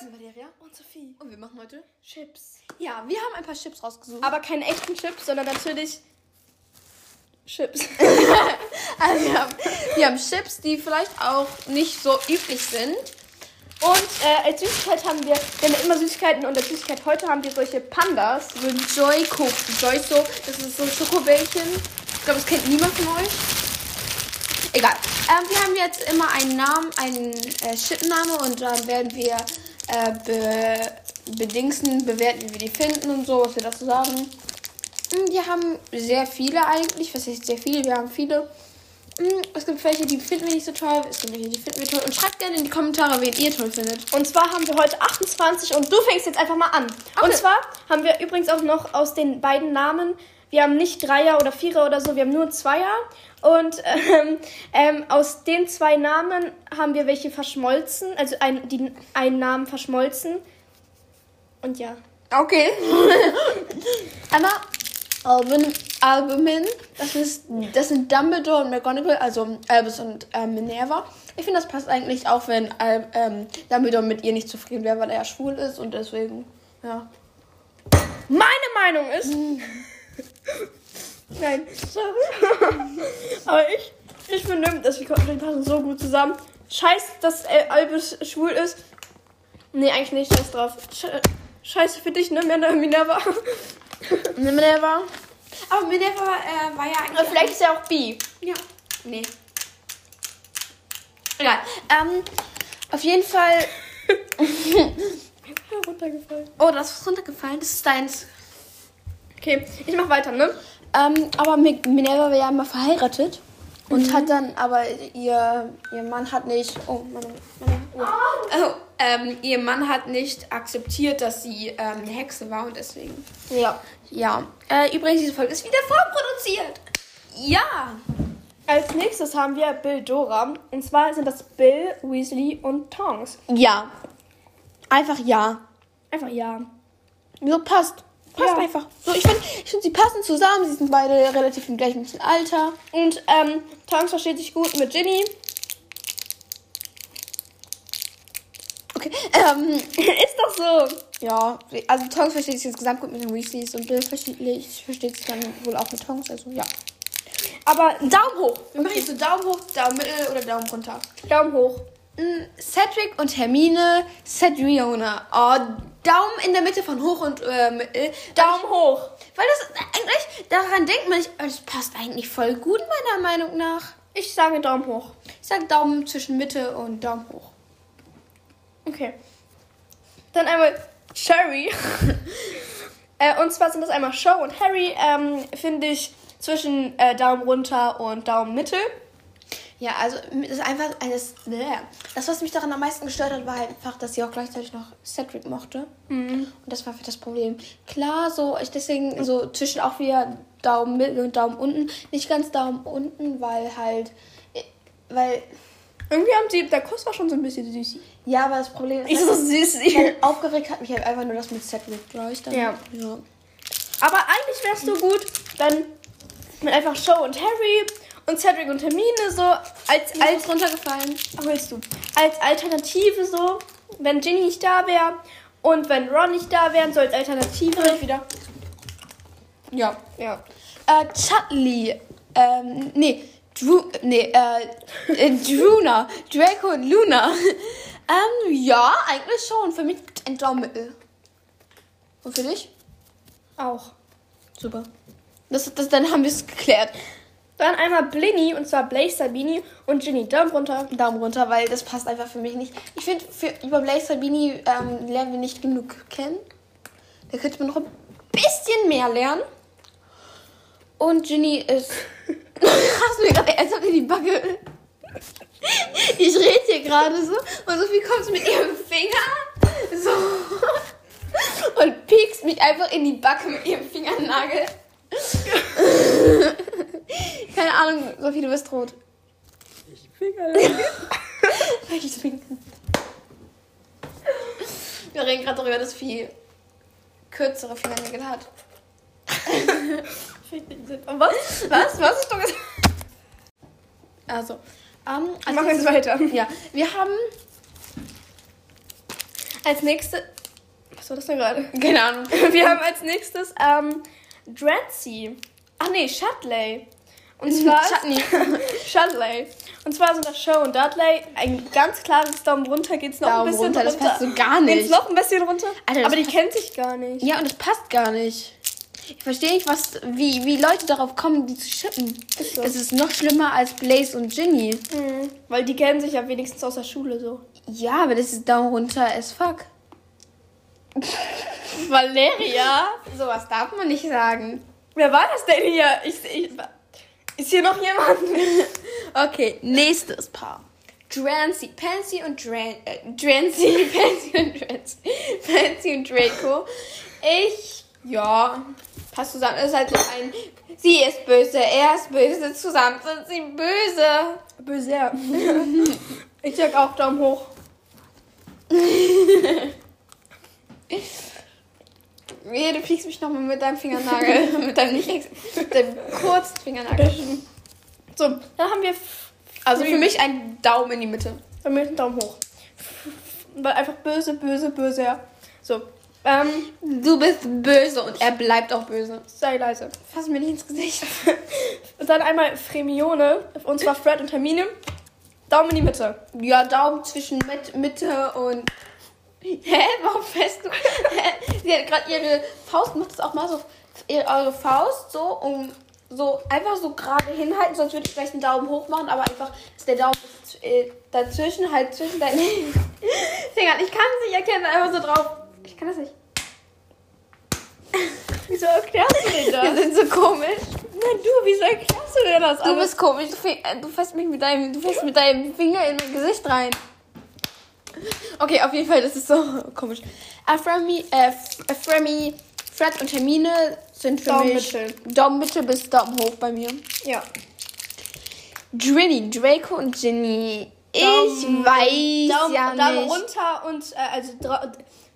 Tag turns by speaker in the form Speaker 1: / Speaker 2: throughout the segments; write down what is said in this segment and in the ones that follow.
Speaker 1: sind Valeria und Sophie.
Speaker 2: Und wir machen heute.
Speaker 1: Chips. Ja, wir haben ein paar Chips rausgesucht.
Speaker 2: Aber keine echten Chips, sondern natürlich Chips.
Speaker 1: Also wir haben, wir haben Chips, die vielleicht auch nicht so üblich sind.
Speaker 2: Und äh, als Süßigkeit haben wir, wir haben ja immer Süßigkeiten und als Süßigkeit heute haben wir solche Pandas.
Speaker 1: So ein Joy-Co, Joy-So, das ist so ein Schokobällchen. Ich glaube, das kennt niemand von euch. Egal. Ähm, wir haben jetzt immer einen Namen, einen äh, Chipname und dann werden wir äh, be bedingsen, bewerten, wie wir die finden und so, was wir dazu sagen. Mm, Wir haben sehr viele eigentlich. Was heißt sehr viele? Wir haben viele. Mm, Es gibt welche, die finden wir nicht so toll. Es gibt welche, die finden wir toll. Und schreibt gerne in die Kommentare, wen ihr toll findet.
Speaker 2: Und zwar haben wir heute 28 und du fängst jetzt einfach mal an.
Speaker 1: Okay.
Speaker 2: Und zwar haben wir übrigens auch noch aus den beiden Namen, wir haben nicht Dreier oder Vierer oder so, wir haben nur Zweier. Und ähm, ähm, aus den zwei Namen haben wir welche verschmolzen, also ein, die, einen Namen verschmolzen. Und ja,
Speaker 1: Okay. Einmal Alvin, Albumin. Das, ist, das sind Dumbledore und McGonagall, also Albus und äh, Minerva. Ich finde, das passt eigentlich auch, wenn Al ähm, Dumbledore mit ihr nicht zufrieden wäre, weil er ja schwul ist und deswegen, ja.
Speaker 2: meine Meinung ist. Nein, sorry. Aber ich, ich finde, dass wir die passen so gut zusammen. Scheiß, dass äh, Albus schwul ist. Nee, eigentlich nicht. Scheiß drauf. Sche- Scheiße für dich, ne? Männer Minerva.
Speaker 1: Minerva. Aber Minerva äh, war ja
Speaker 2: Aber
Speaker 1: eigentlich.
Speaker 2: vielleicht ist er auch bi.
Speaker 1: Ja. Nee. Egal. Ähm, auf jeden Fall.
Speaker 2: Ja, runtergefallen.
Speaker 1: Oh, das ist runtergefallen. Das ist deins.
Speaker 2: Okay, ich mach weiter, ne?
Speaker 1: Ähm, aber Mi- Minerva war ja mal verheiratet und hat dann, aber ihr, ihr Mann hat nicht, oh, meine, meine Uhr. Oh, ähm, ihr Mann hat nicht akzeptiert, dass sie ähm, eine Hexe war und deswegen.
Speaker 2: Ja.
Speaker 1: Ja. Äh, übrigens, diese Folge ist wieder vorproduziert. Ja.
Speaker 2: Als nächstes haben wir Bill Dora. Und zwar sind das Bill, Weasley und Tongs.
Speaker 1: Ja. Einfach ja.
Speaker 2: Einfach ja.
Speaker 1: So passt. Passt
Speaker 2: Ja.
Speaker 1: einfach. So, ich finde, ich find, sie passen zusammen. Sie sind beide relativ im gleichen bisschen Alter.
Speaker 2: Und ähm, Tongs versteht sich gut mit Ginny.
Speaker 1: Okay. Ähm,
Speaker 2: ist doch so.
Speaker 1: Ja, also Tongs versteht sich insgesamt gut mit den Weasleys und Bill versteht, versteht sich dann wohl auch mit Tongs, also ja.
Speaker 2: Aber Daumen hoch.
Speaker 1: Wir machen jetzt so Daumen hoch, Daumen mittel oder Daumen runter.
Speaker 2: Daumen hoch.
Speaker 1: Mm, Cedric und Hermine, Cedriona. Oh, Daumen in der Mitte von hoch und äh, mittel.
Speaker 2: Daumen hoch.
Speaker 1: Weil das eigentlich, daran denkt man nicht, aber das passt eigentlich voll gut meiner Meinung nach.
Speaker 2: Ich sage Daumen hoch.
Speaker 1: Ich sag Daumen zwischen Mitte und Daumen hoch.
Speaker 2: Okay. Dann einmal Sherry. äh, und zwar sind das einmal Show und Harry. Ähm, Finde ich zwischen äh, Daumen runter und Daumen Mitte.
Speaker 1: Ja, also das ist einfach eines. Bläh. Das, was mich daran am meisten gestört hat, war halt einfach, dass sie auch gleichzeitig noch Cedric mochte.
Speaker 2: Mhm.
Speaker 1: Und das war für das Problem. Klar, so ich deswegen so zwischen auch wieder Daumen mittel und Daumen unten. Nicht ganz Daumen unten, weil halt. äh, Weil.
Speaker 2: Irgendwie haben sie, der Kuss war schon so ein bisschen süß.
Speaker 1: Ja, aber das Problem ist.
Speaker 2: Ich so süß.
Speaker 1: halt, aufgeregt hat mich halt einfach nur das mit Cedric, glaube ich. Dann,
Speaker 2: Ja.
Speaker 1: ja.
Speaker 2: Aber eigentlich wär's so gut, dann mit einfach Show und Harry und Cedric und Hermine so als, als
Speaker 1: Alles runtergefallen.
Speaker 2: Ach, Willst du? Als Alternative so, wenn Ginny nicht da wäre und wenn Ron nicht da wären, so als Alternative.
Speaker 1: wieder. Ja.
Speaker 2: Ja.
Speaker 1: Äh, Chudley. Ähm, nee. Drew, nee, äh, äh, Druna, Draco und Luna. Ähm, ja, eigentlich schon. Für mich gibt's ein Daumenmittel. Und für dich?
Speaker 2: Auch.
Speaker 1: Super. Das, das, dann haben wir es geklärt.
Speaker 2: Dann einmal Blinny und zwar Blaze Sabini und Ginny Daumen runter.
Speaker 1: Daumen runter, weil das passt einfach für mich nicht. Ich finde, über Blaze Sabini ähm, lernen wir nicht genug kennen. Da könnte man noch ein bisschen mehr lernen. Und Ginny ist. Hast du mir gerade ernsthaft in die Backe? Ich rede hier gerade so und Sophie kommt mit ihrem Finger so und piekst mich einfach in die Backe mit ihrem Fingernagel. Keine Ahnung, Sophie, du bist rot. Ich trinken. Wir reden gerade darüber, dass viel kürzere Fingernägel hat.
Speaker 2: Und was?
Speaker 1: Was? Was hast du gesagt? Also, ähm,
Speaker 2: Wir
Speaker 1: als
Speaker 2: machen jetzt
Speaker 1: nächstes-
Speaker 2: weiter.
Speaker 1: Ja, wir haben
Speaker 2: Als nächstes. Was war das denn gerade?
Speaker 1: Keine Ahnung.
Speaker 2: Wir haben als nächstes ähm, Drancy. Ach nee, Shadley. Und zwar.
Speaker 1: Chutney.
Speaker 2: Shadley. Und zwar sind das Show und Dudley. Ein ganz klares Daumen runter geht's noch
Speaker 1: Daumen
Speaker 2: ein bisschen
Speaker 1: runter, das
Speaker 2: runter.
Speaker 1: passt so gar nicht.
Speaker 2: Geht's noch ein bisschen runter.
Speaker 1: Alter, das
Speaker 2: Aber die
Speaker 1: passt-
Speaker 2: kennt sich gar nicht.
Speaker 1: Ja, und das passt gar nicht. Ich verstehe nicht, was, wie, wie Leute darauf kommen, die zu schippen.
Speaker 2: Ist so.
Speaker 1: Es ist noch schlimmer als Blaze und Ginny.
Speaker 2: Mhm. Weil die kennen sich ja wenigstens aus der Schule so.
Speaker 1: Ja, aber das ist Daumen runter as fuck.
Speaker 2: Valeria?
Speaker 1: Sowas darf man nicht sagen.
Speaker 2: Wer war das denn hier? Ich, ich, ist hier noch jemand?
Speaker 1: Okay, nächstes Paar. Drancy, Pansy und Dran äh, Drancy, Pansy und Drancy, Pansy und Draco. Ich, ja, passt zusammen. Es ist halt so ein, sie ist böse, er ist böse, zusammen sind sie böse.
Speaker 2: Böser. ich sag auch Daumen hoch.
Speaker 1: Nee, du fliegst mich nochmal mit deinem Fingernagel, mit deinem nicht ex- mit deinem kurzen Fingernagel.
Speaker 2: So, dann haben wir f-
Speaker 1: Also für mich ein Daumen in die Mitte.
Speaker 2: bei mir einen Daumen hoch. Weil einfach böse, böse, böse. So, ähm,
Speaker 1: Du bist böse und er bleibt auch böse.
Speaker 2: sei leise.
Speaker 1: Fass mir nicht ins Gesicht.
Speaker 2: Und dann einmal Fremione, und zwar Fred und Hermine. Daumen in die Mitte.
Speaker 1: Ja, Daumen zwischen Mit Mitte und. Hä? Warum fest? du- Hä? Sie hat gerade ihre Faust, macht das auch mal so. Ihr- Eure Faust so um. So einfach so gerade hinhalten, sonst würde ich vielleicht einen Daumen hoch machen, aber einfach, dass der Daumen ist, äh, dazwischen, halt zwischen deinen Fingern. Ich kann es nicht erkennen, einfach so drauf. Ich kann das nicht.
Speaker 2: Wieso erklärst du denn
Speaker 1: Wir
Speaker 2: das?
Speaker 1: sind so komisch.
Speaker 2: Nein, du, wieso erklärst du denn das? Also,
Speaker 1: Du
Speaker 2: alles?
Speaker 1: bist komisch. Du, fäng- äh, du fährst mich mit deinem, du fährst mit deinem Finger in mein Gesicht rein. Okay, auf jeden Fall, das ist so komisch. Aframi, äh, F- äh, Frami, Fred und Hermine sind für
Speaker 2: Daumen
Speaker 1: mich
Speaker 2: mittel.
Speaker 1: Daumen mittel bis Daumen hoch bei mir.
Speaker 2: Ja.
Speaker 1: Drini, Draco und Ginny. Ich
Speaker 2: Daumen-
Speaker 1: weiß
Speaker 2: Daumen,
Speaker 1: ja
Speaker 2: Daumen
Speaker 1: nicht.
Speaker 2: runter und äh, also dra-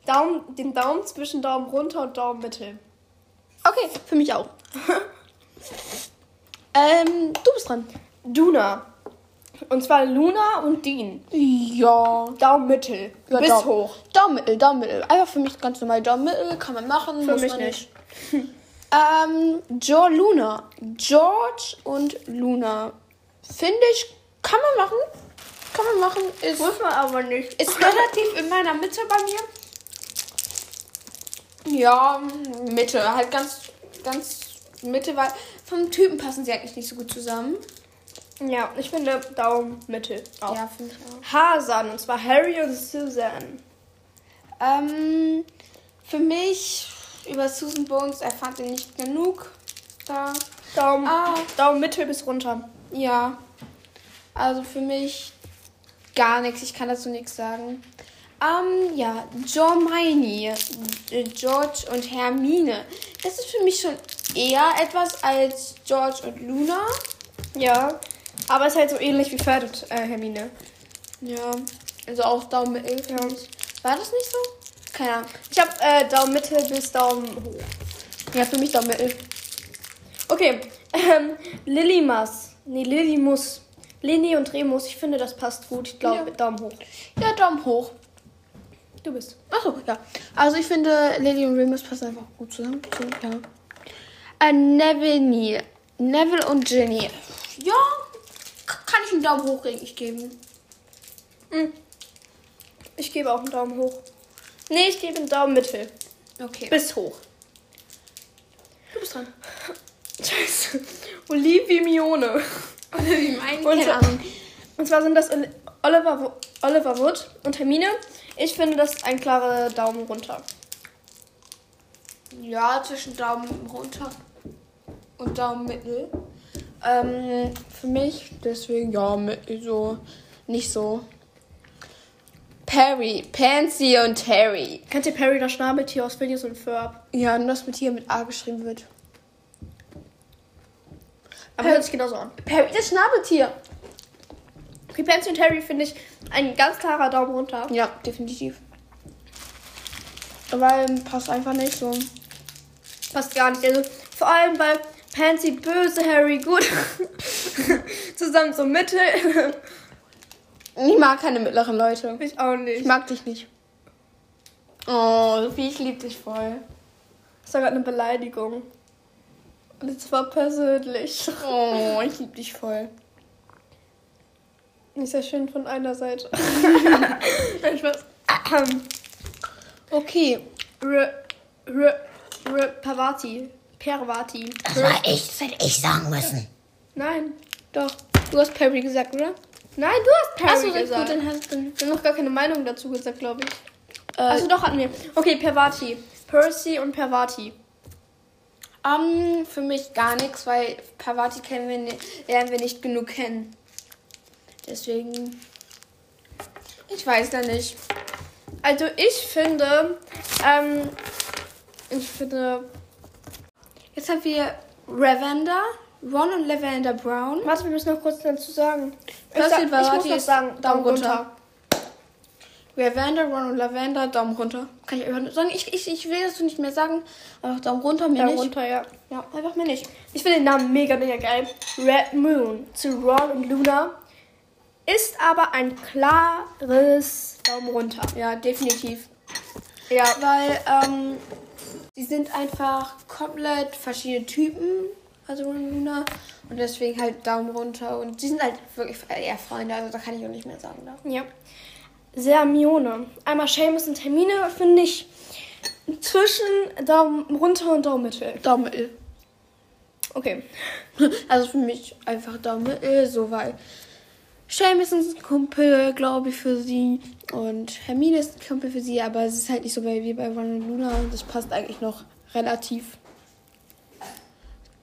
Speaker 2: Daumen, den Daumen zwischen Daumen runter und Daumen mittel.
Speaker 1: Okay, für mich auch. ähm, du bist dran.
Speaker 2: Duna. Und zwar Luna und Dean.
Speaker 1: Ja.
Speaker 2: Daumen mittel.
Speaker 1: Ja,
Speaker 2: bis
Speaker 1: Daumen.
Speaker 2: hoch.
Speaker 1: Daumen mittel, Daumen mittel. Einfach für mich ganz normal. Daumen mittel kann man machen,
Speaker 2: Für
Speaker 1: muss
Speaker 2: mich
Speaker 1: man nicht. ähm, Jo Luna. George und Luna. Finde ich, kann man machen. Kann man machen. Ist,
Speaker 2: man aber nicht.
Speaker 1: ist relativ in meiner Mitte bei mir. Ja, Mitte. Halt ganz, ganz Mitte, weil vom Typen passen sie eigentlich nicht so gut zusammen.
Speaker 2: Ja, ich finde Daumen mittel. Auch.
Speaker 1: Ja, finde ich auch.
Speaker 2: Hasan, und zwar Harry und Susan.
Speaker 1: Ähm, für mich über Susan Bones erfahrt ihr nicht genug. Da.
Speaker 2: Daumen,
Speaker 1: Ah,
Speaker 2: Daumen mittel bis runter.
Speaker 1: ja. Also für mich gar nichts. Ich kann dazu nichts sagen. Ähm, ja, Hermione, äh, George und Hermine. Das ist für mich schon eher etwas als George und Luna.
Speaker 2: Ja. Aber ist halt so ähnlich wie Fred und äh, Hermine.
Speaker 1: Ja. Also auch Daumen mit ja. War das nicht so? Keine Ahnung.
Speaker 2: Ich habe äh, Daumen mittel bis Daumen hoch.
Speaker 1: Ja, für mich Daumen mit
Speaker 2: Okay, ähm, Lilimas. Nee, Lilimus. Lini und Remus, ich finde, das passt gut. Ich glaube,
Speaker 1: Ja.
Speaker 2: Daumen hoch.
Speaker 1: Ja, Daumen hoch.
Speaker 2: Du bist.
Speaker 1: Achso, ja. Also ich finde, Lily und Remus passen einfach gut zusammen. So, ja. Äh, Neville, Neville und Ginny. Ja, k- kann ich einen Daumen hoch eigentlich geben.
Speaker 2: Ich gebe auch einen Daumen hoch. Nee, ich gebe einen Daumen mittel.
Speaker 1: Okay.
Speaker 2: Bis hoch.
Speaker 1: Du bist dran.
Speaker 2: Scheiße. Olivia Mione.
Speaker 1: Oder wie Also, meinen?
Speaker 2: Und-
Speaker 1: Keine Ahnung.
Speaker 2: Und zwar sind das Oli- Oliver, Wo- Oliver Wood und Hermine. Ich finde, das ist ein klarer Daumen runter.
Speaker 1: Ja, zwischen Daumen runter und Daumen mittel. Ähm, für mich deswegen ja mittel so nicht so. Perry, Pansy und Harry.
Speaker 2: Kennt ihr Perry, das Schnabeltier aus Phineas und Ferb?
Speaker 1: Ja, nur dass mit hier mit A geschrieben wird.
Speaker 2: Aber hört sich genauso an.
Speaker 1: Perry, das Schnabeltier.
Speaker 2: Okay, Pansy und Harry finde ich ein ganz klarer Daumen runter.
Speaker 1: Ja, definitiv. Weil passt einfach nicht so.
Speaker 2: Passt gar nicht. Also vor allem, weil Pansy böse, Harry gut. Zusammen so Mittel.
Speaker 1: Ich mag keine mittleren Leute.
Speaker 2: ich auch
Speaker 1: Ich
Speaker 2: nicht.
Speaker 1: mag dich nicht. Oh, Sophie, ich liebe dich voll.
Speaker 2: Das war gerade eine Beleidigung. Und es war persönlich.
Speaker 1: Oh, ich liebe dich voll.
Speaker 2: Nicht sehr schön von einer Seite. Nein, Spaß.
Speaker 1: Okay.
Speaker 2: R, R, R, Pavati. Pervati.
Speaker 3: Das war ich, das hätte ich sagen müssen.
Speaker 2: Nein, doch.
Speaker 1: Du hast Perry gesagt, oder?
Speaker 2: Nein, du hast Perry
Speaker 1: Achso, gut,
Speaker 2: gesagt.
Speaker 1: dann hast also du.
Speaker 2: Wir haben noch gar keine Meinung dazu gesagt, glaube ich.
Speaker 1: Äh,
Speaker 2: Achso, doch hatten wir. Okay, Pervati. Percy und Pervati.
Speaker 1: ähm, für mich gar nichts, weil Pavati kennen wir ni- lernen wir nicht genug kennen. Deswegen. Ich weiß da nicht.
Speaker 2: Also ich finde, ähm, ich finde,
Speaker 1: Jetzt haben wir Ravender, Ron und Lavender Brown.
Speaker 2: warte, wir müssen noch kurz dazu sagen. Ich,
Speaker 1: Percy
Speaker 2: sag, ich muss
Speaker 1: Pavati
Speaker 2: noch
Speaker 1: ist
Speaker 2: sagen, Daumen runter.
Speaker 1: Lavender, Ron und Lavender, Daumen runter. Kann ich einfach nur sagen. Ich, ich, ich will das so nicht mehr sagen. Einfach Daumen runter, mir
Speaker 2: Daumen
Speaker 1: nicht.
Speaker 2: runter, ja.
Speaker 1: Ja, einfach mir nicht.
Speaker 2: Ich finde den Namen mega, mega geil. Red Moon zu Ron und Luna ist aber ein klares Daumen runter.
Speaker 1: Ja, definitiv.
Speaker 2: Ja,
Speaker 1: Weil, ähm, sie sind einfach komplett verschiedene Typen. Also Ron und Luna. Und deswegen halt Daumen runter. Und sie sind halt wirklich eher Freunde. Also da kann ich auch nicht mehr sagen. Da.
Speaker 2: ja. Sermione. Einmal Seamus und Hermine finde ich zwischen Daumen runter und Daumen mittel.
Speaker 1: Daumen äh, mittel.
Speaker 2: Okay.
Speaker 1: Also für mich einfach Daumen mittel. So, weil Seamus ist ein Kumpel, glaube ich, für sie. Und Hermine ist ein Kumpel für sie. Aber es ist halt nicht so bei- wie bei Ron und Luna. Und das passt eigentlich noch relativ.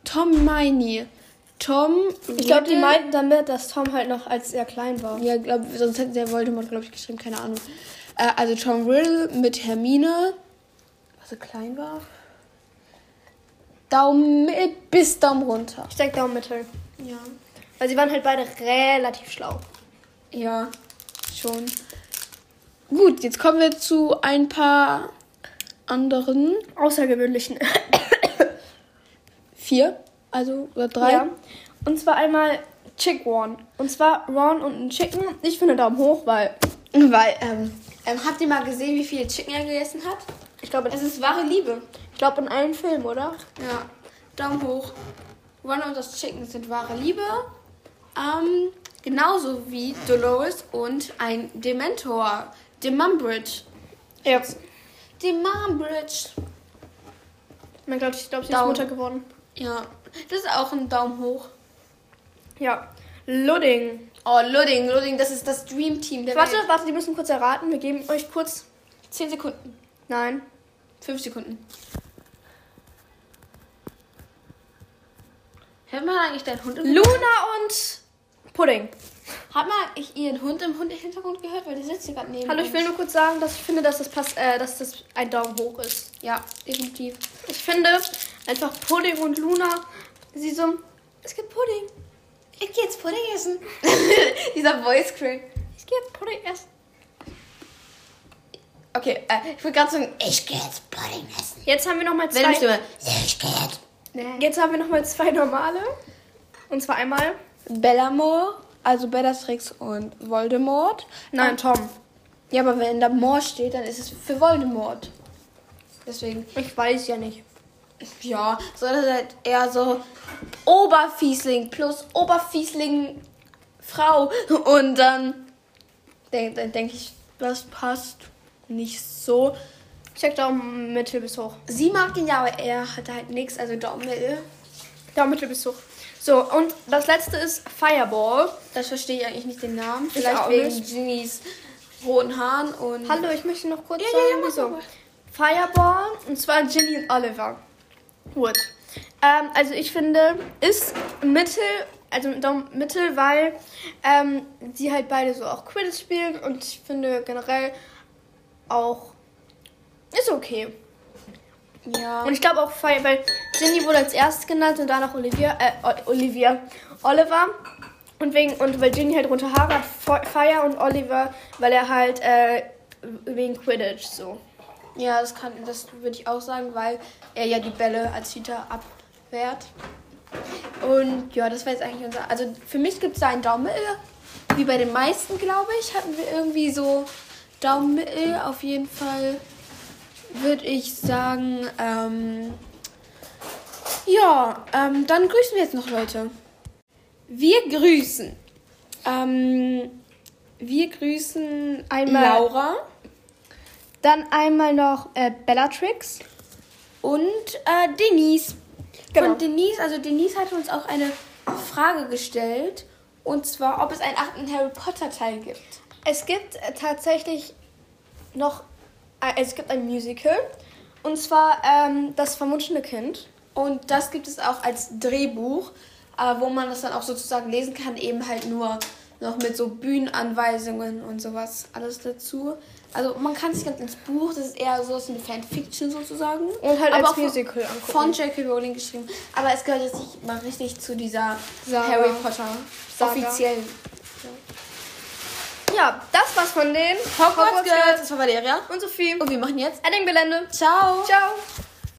Speaker 1: Tom Meini. Tom.
Speaker 2: Ich glaube, die
Speaker 1: Riddle-
Speaker 2: meinten damit, dass Tom halt noch als er klein war.
Speaker 1: Ja, glaub, sonst hätten sie ja Voldemort, glaube ich, geschrieben, keine Ahnung. Äh, also Tom Riddle mit Hermine. Was er klein war. Daumen mit- bis Daumen runter.
Speaker 2: Ich denke Daumen mittel.
Speaker 1: Ja.
Speaker 2: Weil sie waren halt beide relativ schlau.
Speaker 1: Ja, schon. Gut, jetzt kommen wir zu ein paar anderen.
Speaker 2: Außergewöhnlichen.
Speaker 1: Vier, also oder drei.
Speaker 2: Ja. Und zwar einmal Chick Ron. Und zwar Ron und ein Chicken. Ich finde Daumen hoch, weil
Speaker 1: Weil, ähm, ähm, habt ihr mal gesehen, wie viel Chicken er gegessen hat?
Speaker 2: ich glaube,
Speaker 1: Es ist wahre Liebe.
Speaker 2: ich glaube in allen Filmen, oder?
Speaker 1: Ja, Daumen hoch. Ron und das Chicken sind wahre Liebe. Ähm, genauso wie Dolores und ein Dementor. Demumbridge.
Speaker 2: Ja.
Speaker 1: Demumbridge.
Speaker 2: Mein Gott, ich glaube, sie
Speaker 1: Daumen.
Speaker 2: ist Mutter geworden.
Speaker 1: Ja, das ist auch ein Daumen hoch.
Speaker 2: Ja. Ludding.
Speaker 1: Oh, Ludding, Ludding, das ist das Dream Team der
Speaker 2: Warte,
Speaker 1: Welt.
Speaker 2: warte, die müssen kurz erraten. Wir geben euch kurz.
Speaker 1: 10 Sekunden.
Speaker 2: Nein.
Speaker 1: 5 Sekunden. Hört man eigentlich deinen Hund im
Speaker 2: Luna und Pudding.
Speaker 1: Hat man eigentlich ihren Hund im Hund Hintergrund gehört? Weil der sitzt hier gerade neben
Speaker 2: Hallo,
Speaker 1: uns.
Speaker 2: ich will nur kurz sagen, dass ich finde, dass das, passt, äh, dass das ein Daumen hoch ist.
Speaker 1: Ja, definitiv.
Speaker 2: Ich finde einfach Pudding und Luna, sie so, es gibt Pudding,
Speaker 1: Ich geh jetzt Pudding essen. Dieser Voice Crack.
Speaker 2: es gibt Pudding essen.
Speaker 1: Okay, äh, ich wollte gerade sagen,
Speaker 3: Ich gehe jetzt Pudding essen.
Speaker 2: Jetzt haben wir nochmal
Speaker 1: wenn ich
Speaker 2: zwei,
Speaker 1: immer.
Speaker 3: Ich gehe jetzt.
Speaker 2: jetzt haben wir noch mal zwei normale. Und zwar einmal,
Speaker 1: Bellamore, also Bellatrix und Voldemort.
Speaker 2: nein,
Speaker 1: Ähm,
Speaker 2: Tom.
Speaker 1: Ja, aber wenn da Moore steht, dann ist es für Voldemort. Deswegen,
Speaker 2: Ich weiß ja nicht.
Speaker 1: ja, so das ist halt eher so Oberfiesling plus Oberfiesling Frau. Und dann denke dann denk ich, das passt nicht so.
Speaker 2: Ich sag Daumen mittel bis hoch.
Speaker 1: Sie mag ihn ja, aber er hat halt nichts, also Daumen mittel.
Speaker 2: Daumen mittel bis hoch. So, und das letzte ist Fireball.
Speaker 1: Das verstehe ich eigentlich nicht den Namen.
Speaker 2: auch
Speaker 1: Vielleicht wegen
Speaker 2: nicht.
Speaker 1: Genies roten Haaren und.
Speaker 2: Hallo, ich möchte noch kurz
Speaker 1: Ja, ja,
Speaker 2: sagen,
Speaker 1: ja, mach mal.
Speaker 2: wieso. Fireball, und zwar Ginny und Oliver Wood. Ähm, also ich finde, ist Mittel, also mit Daumen Mittel, weil ähm, die halt beide so auch Quidditch spielen und ich finde generell auch ist okay.
Speaker 1: Ja.
Speaker 2: Und ich glaube auch, Fire- weil Ginny wurde als erstes genannt und danach Olivia, äh, O- Olivia, Oliver. Und, wegen, und weil Ginny halt rote Haare hat, Fo- Fire und Oliver, weil er halt äh, wegen Quidditch so.
Speaker 1: ja, das kann, das würde ich auch sagen, weil er ja die Bälle als Cheater abwehrt. Und ja, das war jetzt eigentlich unser. Also für mich gibt es da einen Daumen mittel. Wie bei den meisten, glaube ich, hatten wir irgendwie so Daumen mittel auf jeden Fall. würde ich sagen, ähm, ja, ähm, dann grüßen wir jetzt noch Leute. Wir grüßen. Ähm, wir grüßen
Speaker 2: Einmal.
Speaker 1: Laura
Speaker 2: Dann einmal noch äh, Bellatrix.
Speaker 1: und äh, Denise.
Speaker 2: Genau.
Speaker 1: Von Denise, also Denise hatte uns auch eine Frage gestellt. Und zwar, ob es einen achten Harry Potter Teil gibt.
Speaker 2: Es gibt äh, tatsächlich noch, äh, es gibt ein Musical. Und zwar ähm, Das verwunschene Kind.
Speaker 1: Und das gibt es auch als Drehbuch, äh, wo man das dann auch sozusagen lesen kann, eben halt nur noch mit so Bühnenanweisungen und sowas alles dazu. Also man kann es nicht ganz ins Buch, das ist eher so aus eine Fanfiction sozusagen.
Speaker 2: Und halt als
Speaker 1: auch von-
Speaker 2: Musical angucken.
Speaker 1: Von J.K. Rowling geschrieben. Aber es gehört jetzt nicht mal richtig zu dieser
Speaker 2: Saga.
Speaker 1: Harry Potter
Speaker 2: Saga.
Speaker 1: offiziellen.
Speaker 2: Ja, das war's von denen.
Speaker 1: Hogwarts Girls,
Speaker 2: Girls
Speaker 1: das war Valeria.
Speaker 2: und Sophie.
Speaker 1: Und wir machen jetzt
Speaker 2: Edding Gelände.
Speaker 1: Ciao.
Speaker 2: Ciao.